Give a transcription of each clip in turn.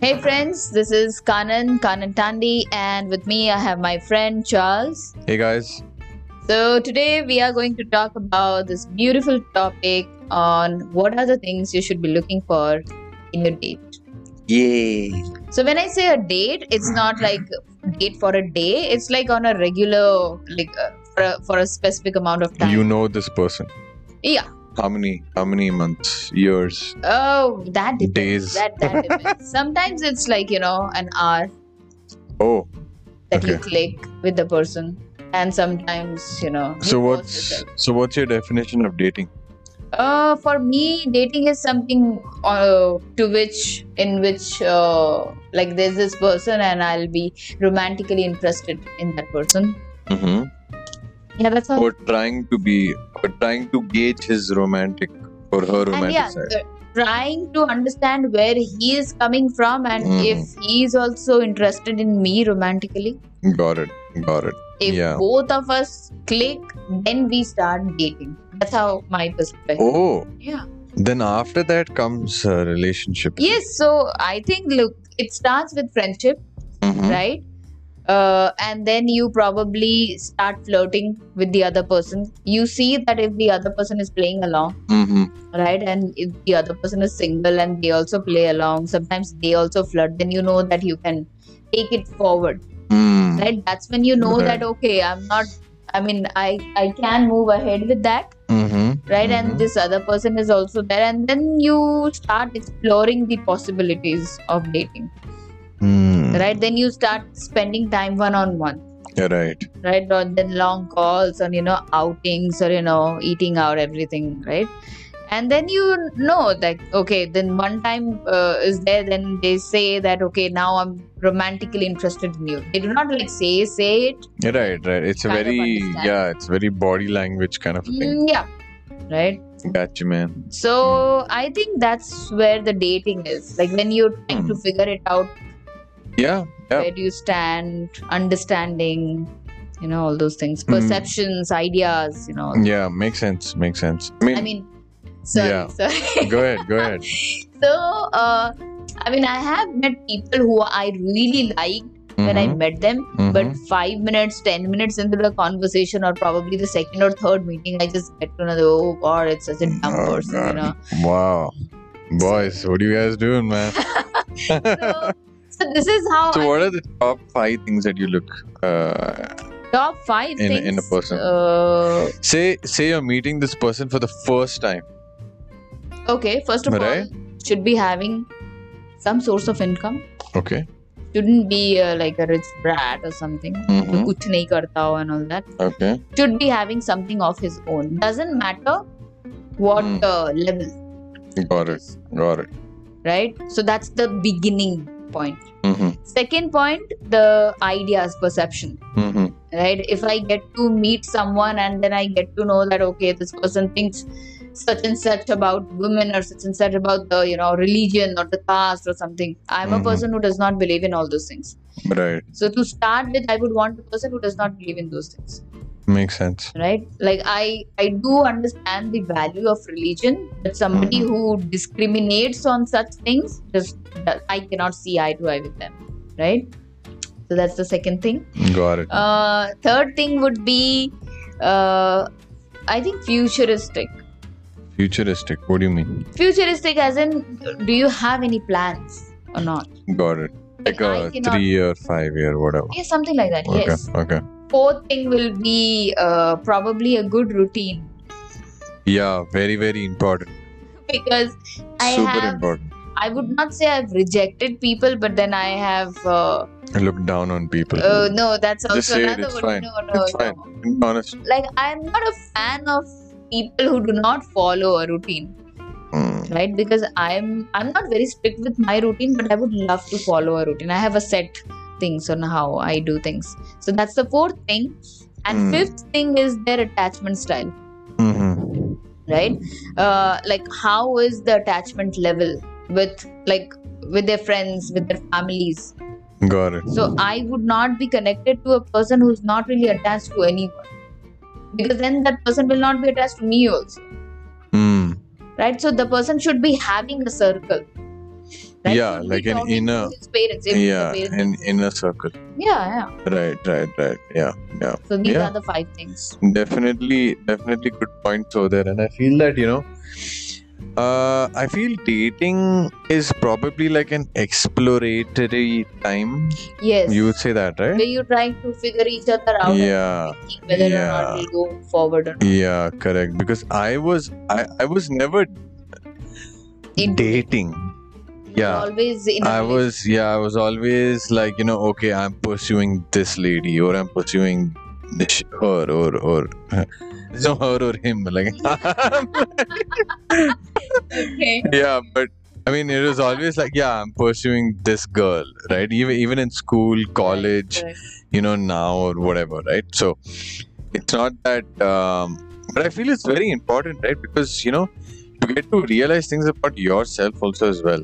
Hey friends, this is Kanan, Kanan Tandi, and with me I have my friend Charles. Hey guys. So today we are going to talk about this beautiful topic on what are the things you should be looking for in your date. Yay. So when I say a date, it's not like date for a day. It's like on a regular, like uh, for a, for a specific amount of time. You know this person. Yeah. How many how many months, years? oh, that depends. Days. That that depends. Sometimes it's like you know an hour Oh. that you Okay. click with the person, and sometimes you know. you So force what's yourself. so what's your definition of dating? Uh, for me, dating is something uh, to which, in which, uh, like there's this person, and I'll be romantically interested in that person. Mm-hmm. Yeah, that's all. Or trying to be or trying to gauge his romantic or her romantic and yeah, side. the- trying to understand where he is coming from, and Mm. if he is also interested in me romantically. Got it. Got it. If Yeah. both of us click, then we start dating. That's how my perspective. Oh. Yeah. Then after that comes a relationship. Yes, so I think look, it starts with friendship. Mhm. right? Uh, and then you probably start flirting with the other person. You see that if the other person is playing along, Mhm. right? And if the other person is single and they also play along, sometimes they also flirt, then you know that you can take it forward, Mm. right? That's when you know Right. that, okay, I'm not, I mean, I, I can move ahead with that, Mhm. right? Mhm. And this other person is also there. And then you start exploring the possibilities of dating, Mm. right? Then you start spending time one on one. Yeah, right. right or then long calls on you know outings or you know eating out everything right and then you know that okay then one time uh, is there then they say that okay now i'm romantically interested in you they do not like say say it Yeah, right, right. It's a Kind of very understand. yeah, it's very body language kind of thing. mm, yeah right Gotcha, man. so Hmm. i think that's where the dating is like when you're trying to figure it out Yeah. Hmm. Yeah. where do you stand understanding you know all those things Mm. perceptions ideas you know Yeah, makes sense. Makes sense. I mean, I mean, sorry, Yeah. sorry. go ahead, go ahead. so, uh, I mean, I have met people who I really liked when I Mhm, met them, but mhm. five minutes, ten minutes into the conversation, or probably the second or third meeting, I just get to know, that, oh god, it's such a dumb Oh, person, you God. know. wow, boys, what are you guys doing, man? So, so this is how So, I- what are the top five things that you look? Uh, top five in a- things in a person? Uh, say, say you're meeting this person for the first time. okay, first of Right. all, should be having some source of income. Okay. Shouldn't be uh, like a rich brat or something. Mhm. कुछ नहीं करता हो and all that. Okay. should be having something of his own. Doesn't matter what Mm. uh, level, Got it. Got it. right? So that's the beginning point. Mhm. Second point, the ideas, perception, Mhm. right? If I get to meet someone and then I get to know that, okay, this person thinks such and such about women or such and such about the, you know, religion or the caste or something. I'm a Mhm. person who does not believe in all those things. Right. So to start with, I would want a person who does not believe in those things. Makes sense. right like i i do understand the value of religion but somebody Mhm. who discriminates on such things just i cannot see eye to eye with them right so that's the second thing Got it. uh third thing would be uh i think futuristic Futuristic. What do you mean? futuristic as in do you have any plans or not Got it. Like I a cannot- three-year, five-year, whatever. yeah something like that Okay. yes Okay. fourth thing will be uh probably a good routine Yeah. Very, very important. because i Super have important. I would not say I've rejected people, but then I have. Uh, Look down on people. uh, no, that's also Just say it, another word. it's fine. No, no, It's no. fine. Be honest. Like, I'm not a fan of people who do not follow a routine, Mm. right? Because I'm I'm not very strict with my routine, but I would love to follow a routine. I have a set things on how I do things. So that's the fourth thing. And Hmm. fifth thing is their attachment style, Mhm. right? Uh, like, how is the attachment level with like with their friends, with their families? Got it. So I would not be connected to a person who's not really attached to anyone. Because then that person will not be attached to me also. Mm. Right? So the person should be having a circle. Like, Yeah, he'll be like an talking to inner- his parents. if the yeah, parents- an inner circle. yeah, yeah. Right, right, right. Yeah, yeah. So these Yeah. are the five things. Definitely, definitely good points over there. And I feel that, you know, uh, I feel dating is probably like an exploratory time. Yes. You would say that, right? where you're trying to figure each other out and yeah thinking whether or Yeah. not we'll go forward or not. yeah correct because i was i, I was never Into- dating yeah Always in a i was yeah i was always like you know okay i'm pursuing this lady or i'm pursuing this her or or it's not her or him like relationship. Okay. yeah but i mean it was always like yeah i'm pursuing this girl right even even in school college Correct. you know now or whatever right so it's not that um, but i feel it's very important right because you know you get to realize things about yourself also as well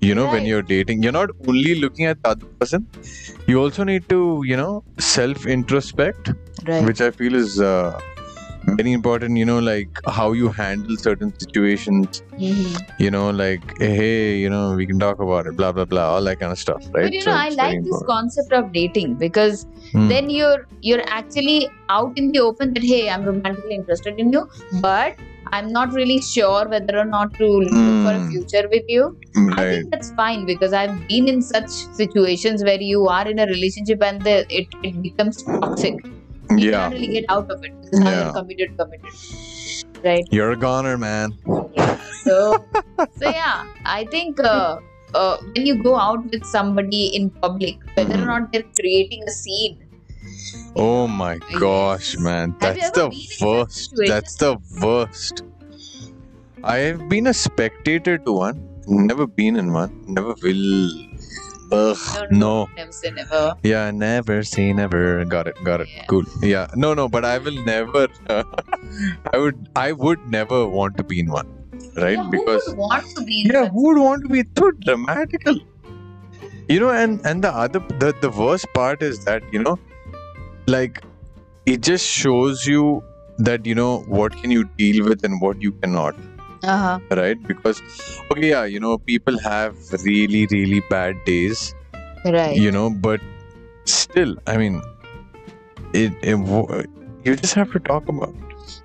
you know when Right. you're dating you're not only looking at the other person you also need to you know self introspect Right. which i feel is uh, very important you know like how you handle certain situations Mhm. you know like hey you know we can talk about it blah blah blah all that kind of stuff right But you know, I it's very like this important. concept of dating because Hmm. then you're you're actually out in the open that hey, I'm romantically interested in you, Hmm. but I'm not really sure whether or not to look for a Hmm. future with you. I Mm, right think that's fine because I've been in such situations where you are in a relationship and the, it, it becomes toxic. You yeah can't really get out of it because now Yeah. you're committed, committed. Right. You're a goner, man. so so yeah i think uh, uh, when you go out with somebody in public whether Mhm. or not they're creating a scene Oh my gosh, Yes. man. Have you That's ever the been in that worst. situation? That's the worst. I have been a spectator to one. Never been in one. Never will. Ugh. No. never say never Yeah, never say never. Got it. Got it. Yeah. Cool. Yeah. No, no, but I will never. I would. I would never want to be in one. Right? Yeah, who because. would want to be in yeah such- who would want to be so dramatical you know and and the other the, the worst part is that you know like it just shows you that you know what can you deal with and what you cannot uh-huh. right because okay yeah you know people have really really bad days right you know but still i mean it, it wo- you just have to talk about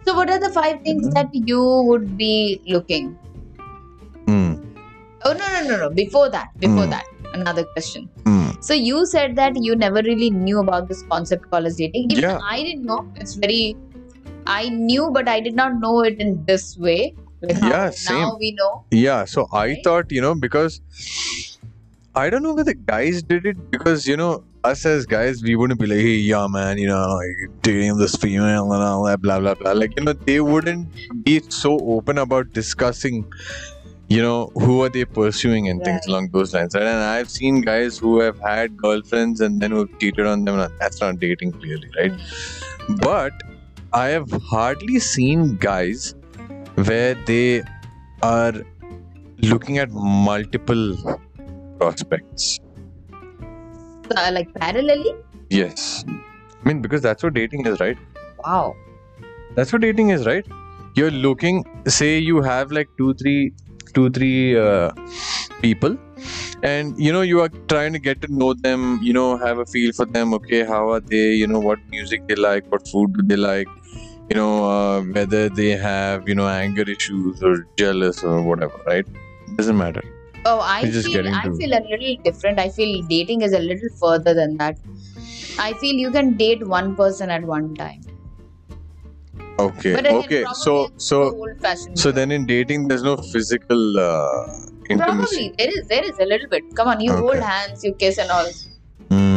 so what are the five things Mhm. that you would be looking mm, oh no no no no before that before Mm. that another question mm. so you said that you never really knew about this concept called as dating Even Yeah. i didn't know it's very i knew but i did not know it in this way like how Yeah, now same. we know Yeah, so I Right? thought, you know, because I don't know whether guys did it because, you know, us as guys, we wouldn't be like, hey, yeah, man, you know, like, dating this female and all that, blah, blah, blah. Like, you know, they wouldn't be so open about discussing, you know, who are they pursuing and things Right. along those lines. Right? And I've seen guys who have had girlfriends and then who've cheated on them. and That's not dating, clearly, right? But I have hardly seen guys where they are looking at multiple prospects. uh, like parallelly Yes. I mean, because that's what dating is, right? wow That's what dating is, right? You're looking, say you have like two, three, two, three uh, people, and you know, you are trying to get to know them, you know, have a feel for them. Okay, how are they? You know, what music they like, what food do they like, you know, uh, whether they have, you know, anger issues or jealous or whatever, right? Doesn't matter. oh i You're just feel getting i to- feel a little different i feel dating is a little further than that i feel you can date one person at one time Okay. but again, okay. probably So, I'm so, too old-fashioned So for then in dating, there's no physical uh, that. intimacy. probably there is there is a little bit come on you Okay. Hmm. hold hands you kiss and all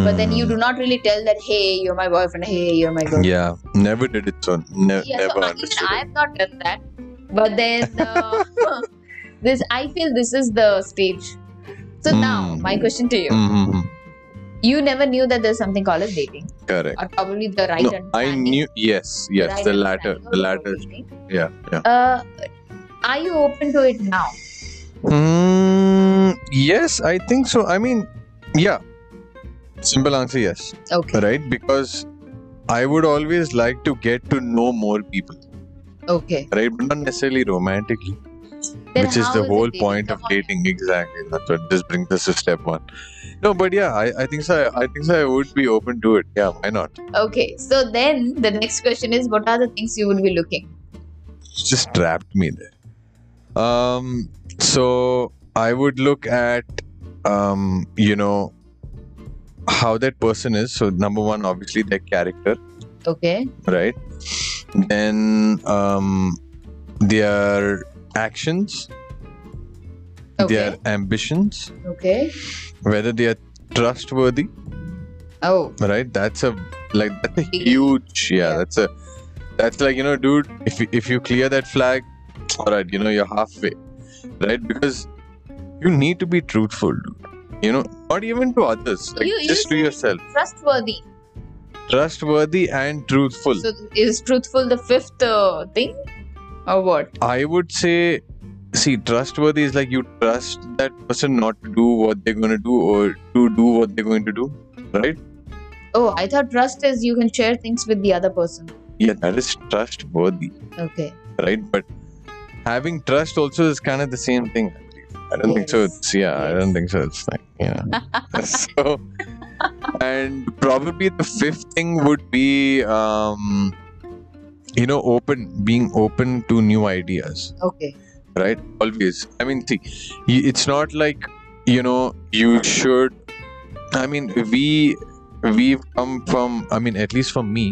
but then you do not really tell that hey you're my boyfriend hey you're my girlfriend Mm, Yeah, never did it. So ne- yeah, never so I- even understood. I have not done that. But then uh, this, I feel this is the stage. So now, Mm. my question to you: hmm You never knew that there's something called as dating, Correct. or probably the right No, understanding. I knew. Yes, the yes. right The latter. understanding of whole The latter. thing. Yeah, yeah. Uh, are you open to it now? Mm, yes, I think so. I mean, yeah. Simple answer, yes. Okay. Right? Because I would always like to get to know more people. Okay. Right? But not necessarily romantically. Then which is how the it whole dating? point of Come on. dating exactly that's what this brings us to step one no but yeah i, I think so I, I think so i would be open to it yeah why not Okay, so then the next question is what are the things you would be looking? It's just trapped me there um so i would look at um you know how that person is so number one obviously their character Okay, right then um their actions okay, their ambitions okay. whether they are trustworthy Oh, right that's a like that's a Big- huge yeah, Yeah. that's a that's like you know dude if you- if you clear that flag all right you know you're halfway right because you need to be truthful dude. you know not even to others like You- you just to said- yourself trustworthy. trustworthy and truthful So is truthful the fifth uh, thing, or what? i would say see trustworthy is like you trust that person not to do what they're going to do or to do what they're going to do right Oh, I thought trust is you can share things with the other person. yeah that is trustworthy Okay. right? But having trust also is kind of the same thing. I believe. I don't think so. Yes. It's yeah. I don't think so. It's like yeah. so, and probably the fifth thing would be, um, you know, open being open to new ideas, Okay. right? Always. I mean, see, y- it's not like you know you should. I mean, we we've come from. I mean, at least for me,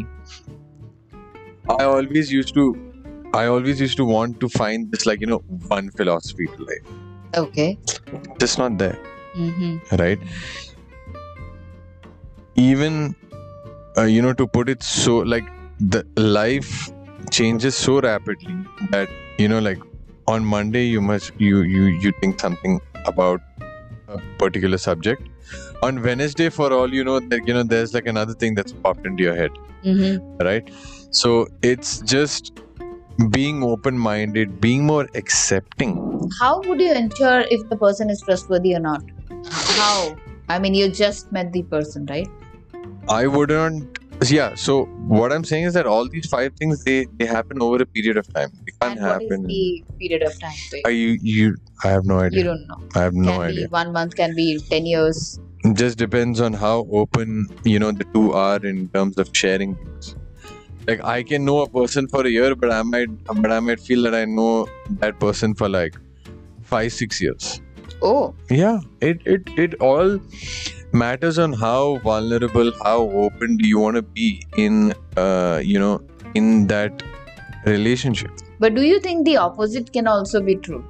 I always used to I always used to want to find this like you know one philosophy to life. Okay. Just not there, Mm-hmm. right? Even uh, you know to put it so like the life changes so rapidly that you know like on Monday you must you you you think something about a particular subject. On Wednesday, for all you know, that you know, there's like another thing that's popped into your head Mm-hmm. right so it's just being open minded being more accepting How would you ensure if the person is trustworthy or not? How? I mean, you just met the person, right? i wouldn't yeah so what i'm saying is that all these five things they they happen over a period of time they can't and happen what is the period of time? for you? I, you, you i have no You idea don't know. i have no can idea be one month, can be ten years. it just depends on how open you know the two are in terms of sharing things like i can know a person for a year but i might but i might feel that i know that person for like five six years Oh, yeah it it it all matters on how vulnerable how open do you want to be in uh you know in that relationship but do you think the opposite can also be true?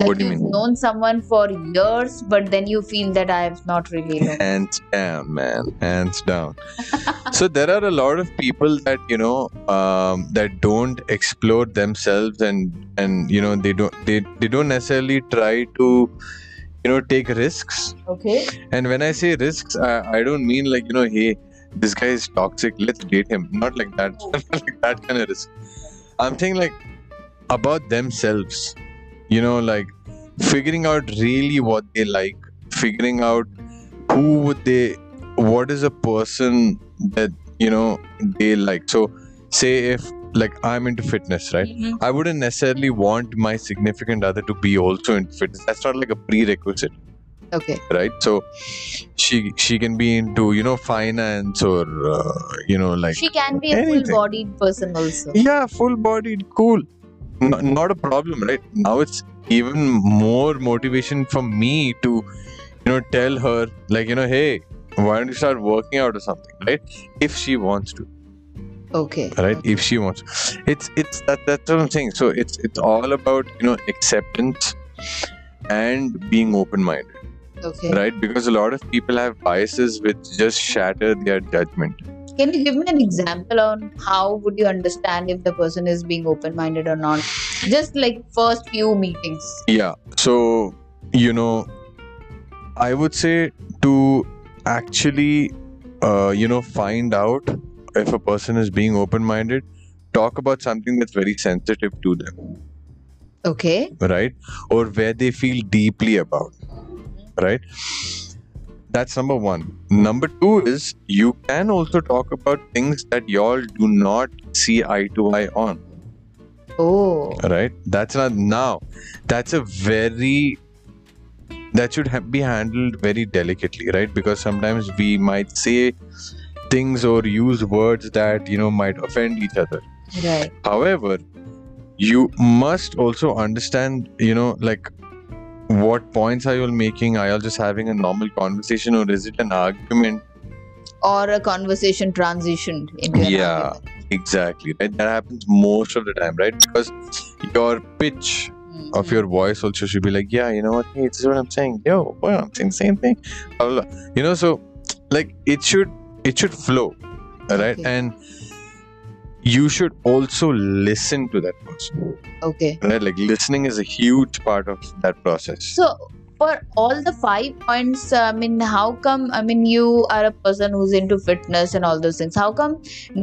Like What do you you've mean? known someone for years, but then you feel that I have not really known. hands down man hands down so there are a lot of people that you know um that don't explore themselves and and you know they don't they, they don't necessarily try to you know take risks Okay. And when I say risks, I, I don't mean like, you know, hey, this guy is toxic, let's date him. Not like that. Not like that kind of risk. I'm saying like about themselves. You know, like figuring out really what they like, figuring out who would they what is a person that, you know, they like. So say if like I'm into fitness, right? Mhm. I wouldn't necessarily want my significant other to be also into fitness. That's not like a prerequisite Okay. right so she she can be into you know finance or uh, you know like she can be a anything. full-bodied person also. yeah full bodied cool N- not a problem right now it's even more motivation for me to you know tell her like you know hey why don't you start working out or something right if she wants to Okay. right if she wants it's it's that that's what i'm saying so it's it's all about you know acceptance and being open minded Okay. right because a lot of people have biases which just shatter their judgment Can you give me an example on how would you understand if the person is being open-minded or not? Just like first few meetings. yeah so you know i would say to actually uh, you know find out if a person is being open minded talk about something that's very sensitive to them Okay. right or where they feel deeply about right that's number 1 number 2 is you can also talk about things that y'all do not see eye to eye on Oh. right that's not now that's a very that should ha- be handled very delicately right because sometimes we might say things or use words that you know might offend each other Right. however you must also understand you know like what points are you all making are you all just having a normal conversation or is it an argument Or a conversation transitioned into an Yeah. argument. exactly right that happens most of the time right because your pitch Mhm. of your voice also should be like, yeah, you know what? Hey, this is what I'm saying. Yo, well, I'm saying the same thing. Blah, blah, blah. You know, so like it should it should flow, right? Okay. And you should also listen to that person, Okay. right? Like listening is a huge part of that process. So for all the five points, uh, I mean, how come? I mean, you are a person who's into fitness and all those things. How come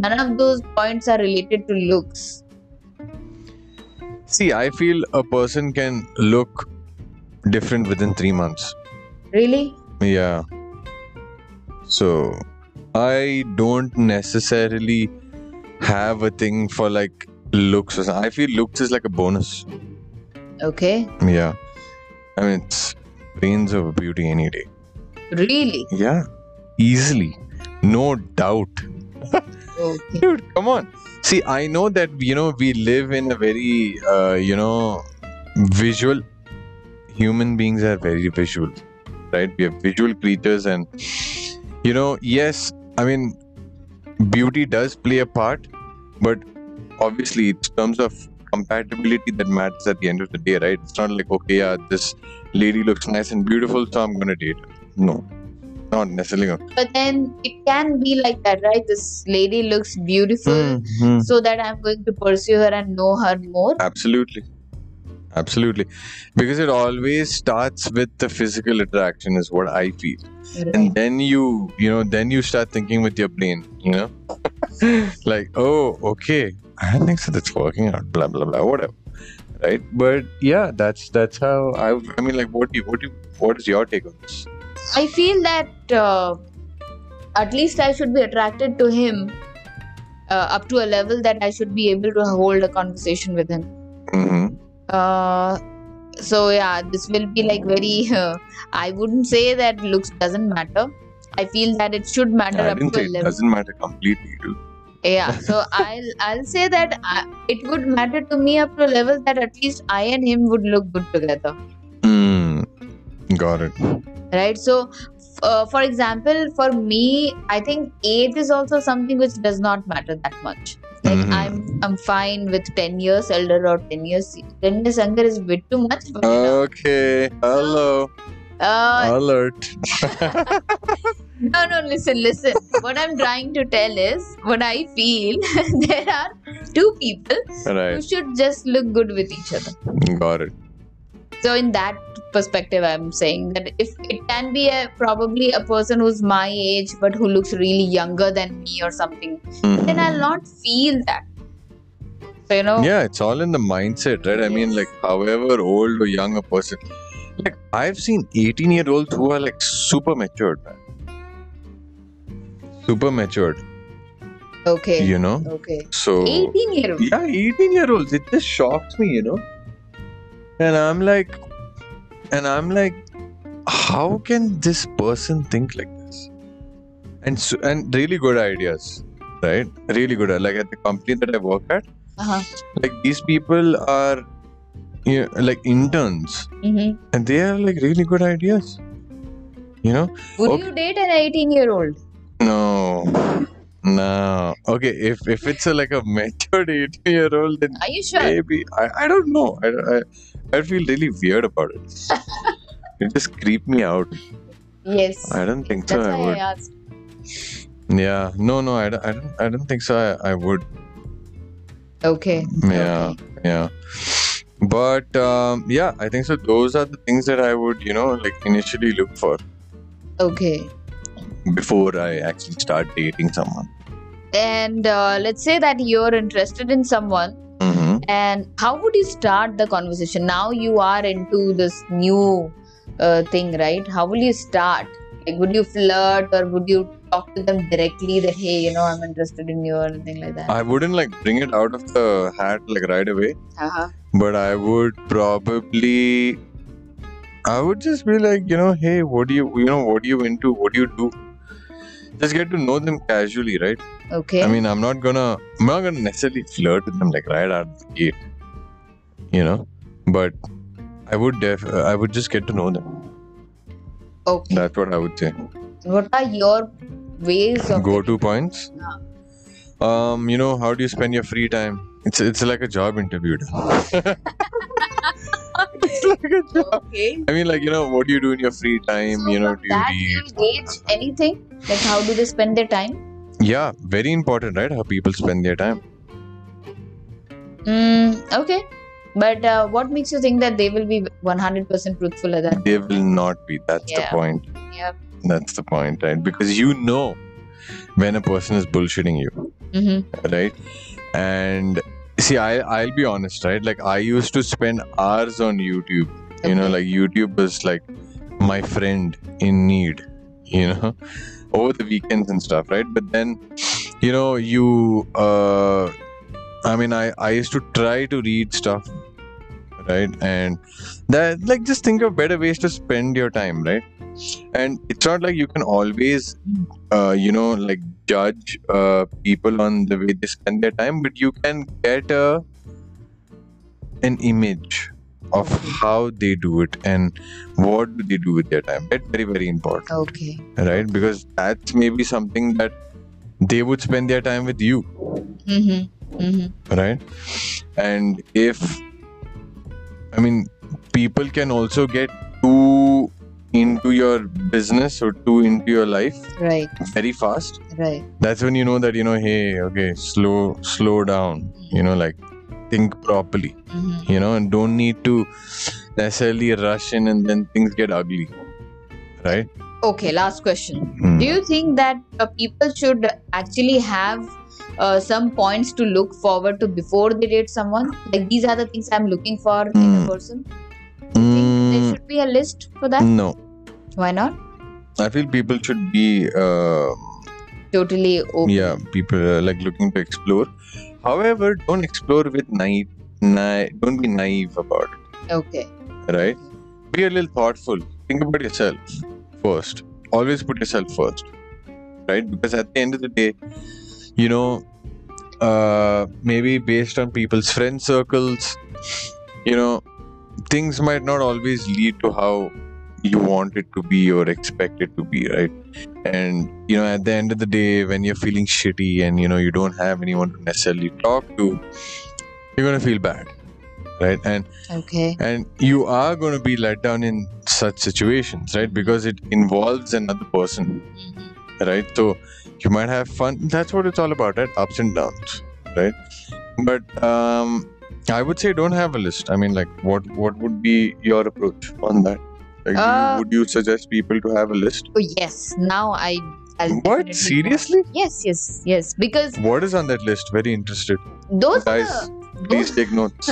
none of those points are related to looks? See, I feel a person can look different within three months. Really? Yeah. So I don't necessarily have a thing for like looks or something. I feel looks is like a bonus. Okay. Yeah. I mean it's brains over beauty any day. Really? Yeah. Easily. No doubt. Okay. Dude, come on. See, I know that you know we live in a very uh, you know visual human beings are very visual, right? We are visual creatures and you know, yes, I mean beauty does play a part, but obviously in terms of compatibility that matters at the end of the day, right? It's not like okay, yeah, this lady looks nice and beautiful, so I'm gonna date her. No. Not necessarily. gonna- But then it can be like that, right? This lady looks beautiful. Mhm. so that I'm going to pursue her and know her more. Absolutely. Absolutely. Because it always starts with the physical attraction, is what I feel. And then you, you know, then you start thinking with your brain, you know, like, oh, okay, I think so, that's working out, blah, blah, blah, whatever. Right. But yeah, that's, that's how I, I mean, like, what do you, what do you, what is your take on this? I feel that uh, at least I should be attracted to him uh, up to a level that I should be able to hold a conversation with him. Mm-hmm. Uh, so yeah, this will be like very. Uh, I wouldn't say that looks doesn't matter. I feel that it should matter I up didn't to a say it level. doesn't matter completely. dude. Yeah, so I'll I'll say that I, it would matter to me up to a level that at least I and him would look good together. Mm. Got it. right so f- uh, for example for me i think age is also something which does not matter that much like Mhm. i'm i'm fine with 10 years elder or 10 years 10 years younger is bit too much but you Uh, know, Okay. Hello. uh, Alert. no no listen listen what i'm trying to tell is what i feel there are two people who right. should just look good with each other Got it. so in that perspective i'm saying that if it can be a probably a person who's my age but who looks really younger than me or something then I'll not feel that. So, you know, Yeah, it's all in the mindset, right? I mean, Yes. like, however old or young a person, like, I've seen 18 year olds who are like super matured, man. Super matured, okay, you know? okay. So, 18 year old. yeah, 18 year olds, it just shocks me, you know? And I'm like, and I'm like, how can this person think like this? And so, and really good ideas, right? Really good. Like at the company that I work at, Uh-huh. like these people are you know, like interns hmm and they are like really good ideas you know Would Okay. you date an 18 year old? no no okay if if it's a, like a matured 18 year old then Are you sure? maybe i, I don't know I, I i feel really weird about it it just creeped me out Yes. i don't think so That's i why I would asked. yeah no no i don't i don't, I don't think so I, I would Okay. yeah yeah but um, yeah i think so those are the things that i would you know like initially look for Okay. okay. before I actually start dating someone. And uh, let's say that you're interested in someone, Mm-hmm. and how would you start the conversation? Now you are into this new uh, thing, right? How will you start? Like, would you flirt or would you talk to them directly that hey, you know, I'm interested in you or anything like that? I wouldn't like bring it out of the hat like right away, Uh-huh. but I would probably I would just be like, you know, hey, what do you you know, what are you into? What do you do? Just get to know them casually, right? Okay. I mean, I'm not gonna, I'm not gonna necessarily flirt with them like right out of the gate, you know. But I would def, I would just get to know them. okay. That's what I would say. What are your ways of Go-to points. Um, you know, how do you spend your free time? It's it's like a job interview. it's like a job. Okay. I mean, like you know, what do you do in your free time? So you know, from do you that read? you'll gauge anything? Like how do they spend their time? Yeah, very important, right? How people spend their time. Mm, okay. But uh, what makes you think that they will be 100% truthful at that? They will not be. That's Yeah. the point. Yep. That's the point, right? Because you know when a person is bullshitting you. Mm-hmm. right and see i i'll be honest right like i used to spend hours on youtube you know like youtube was like my friend in need you know over the weekends and stuff right but then you know you uh i mean i i used to try to read stuff right and that like just think of better ways to spend your time right and it's not like you can always uh, you know like judge uh, people on the way they spend their time but you can get a an image of Okay. how they do it and what do they do with their time that's very very important Okay. right because that's maybe something that they would spend their time with you Mm-hmm. Mm-hmm. right and if i mean people can also get too into your business or too into your life Right. very fast Right. that's when you know that you know hey okay slow slow down you know like think properly Mm-hmm. you know and don't need to necessarily rush in and then things get ugly right Okay. Last question. Hmm. Do you think that uh, people should actually have uh, some points to look forward to before they date someone? Like these are the things I'm looking for in a Mm. person. Think there Mm, should be a list for that. no Hmm. Why not? i feel people should be uh, Totally open. yeah people are like looking to explore however don't explore with naive na- don't be naive about Okay. it right be a little thoughtful think about yourself first always put yourself first right because at the end of the day you know uh maybe based on people's friend circles you know things might not always lead to how you want it to be or expect it to be right and you know at the end of the day when you're feeling shitty and you know you don't have anyone to necessarily talk to you're gonna feel bad right and Okay. and you are going to be let down in such situations right because it involves another person Mhm. right so you might have fun that's what it's all about right ups and downs right but um i would say don't have a list i mean like what what would be your approach on that like do Uh, you, would you suggest people to have a list Oh yes. Now I. I'll what definitely go. seriously Yes. Yes. Yes. Because what is on that list very interested those are guys the- please take notes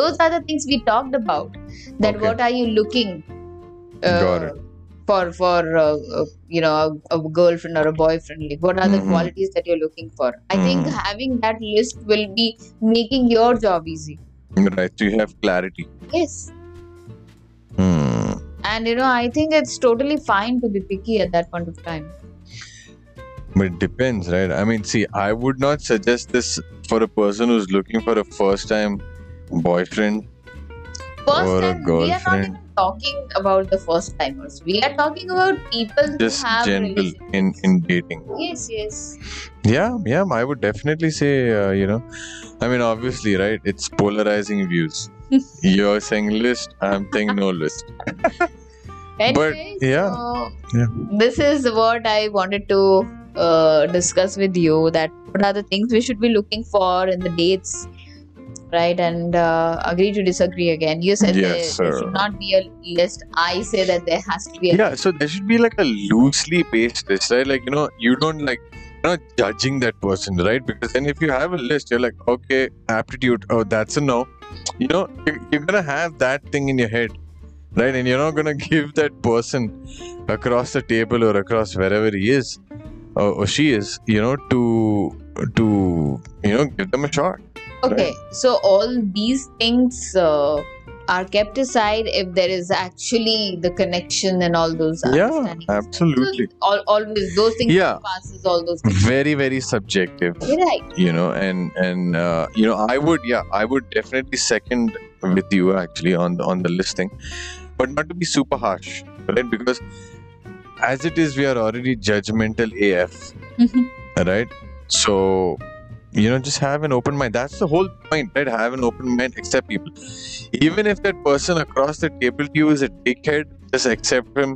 those are the things we talked about that Okay. what are you looking uh, Got it. for for uh, uh, you know a, a girlfriend or a boyfriend like what are the Mhm. qualities that you're looking for i think Mhm. having that list will be making your job easy right so you have clarity yes hmm. and you know i think it's totally fine to be picky at that point of time But it depends, right? I mean, see, I would not suggest this for a person who's looking for a first time boyfriend. first time Or a we are not girlfriend. even talking about the first timers we are talking about people Just who have general relationships. in, in dating. yes yes Yeah, yeah, I would definitely say, uh, you know, I mean, obviously, right? It's polarizing views. You're saying list, I'm saying no list. Anyway, yeah. so Yeah. this is what I wanted to uh, discuss with you. That what are the things we should be looking for in the dates, right? And uh, agree to disagree again. You said Yes, there, sir. there should not be a list. I say that there has to be. A Yeah, so there should be like a loosely based list, right? Like, you know, you don't like, you're not judging that person, right? Because then if you have a list, you're like, okay, aptitude, oh, that's a no. You know, you- you're going to have that thing in your head, right? And you're not going to give that person across the table or across wherever he is or, or she is you know to to you know give them a shot Okay, so all these things uh, are kept aside if there is actually the connection and all those. yeah understandings. absolutely So, al- always those things Yeah. passes all those things. very very subjective You're right. you know and and uh, you know i would yeah i would definitely second with you actually on the on the listing but not to be super harsh right because as it is we are already judgmental af right so you know just have an open mind that's the whole point right have an open mind accept people even if that person across the table to you is a dickhead just accept him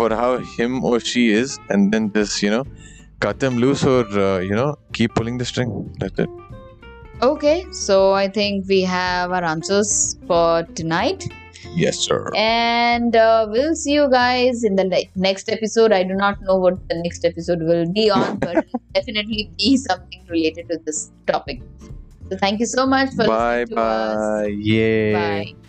for how him or she is and then just you know cut them loose or uh, you know keep pulling the string that's it Okay, so I think we have our answers for tonight. yes sir And uh, we'll see you guys in the ne- next episode. I do not know what the next episode will be on, but it'll definitely be something related to this topic. So thank you so much for bye listening to us. bye yay Bye.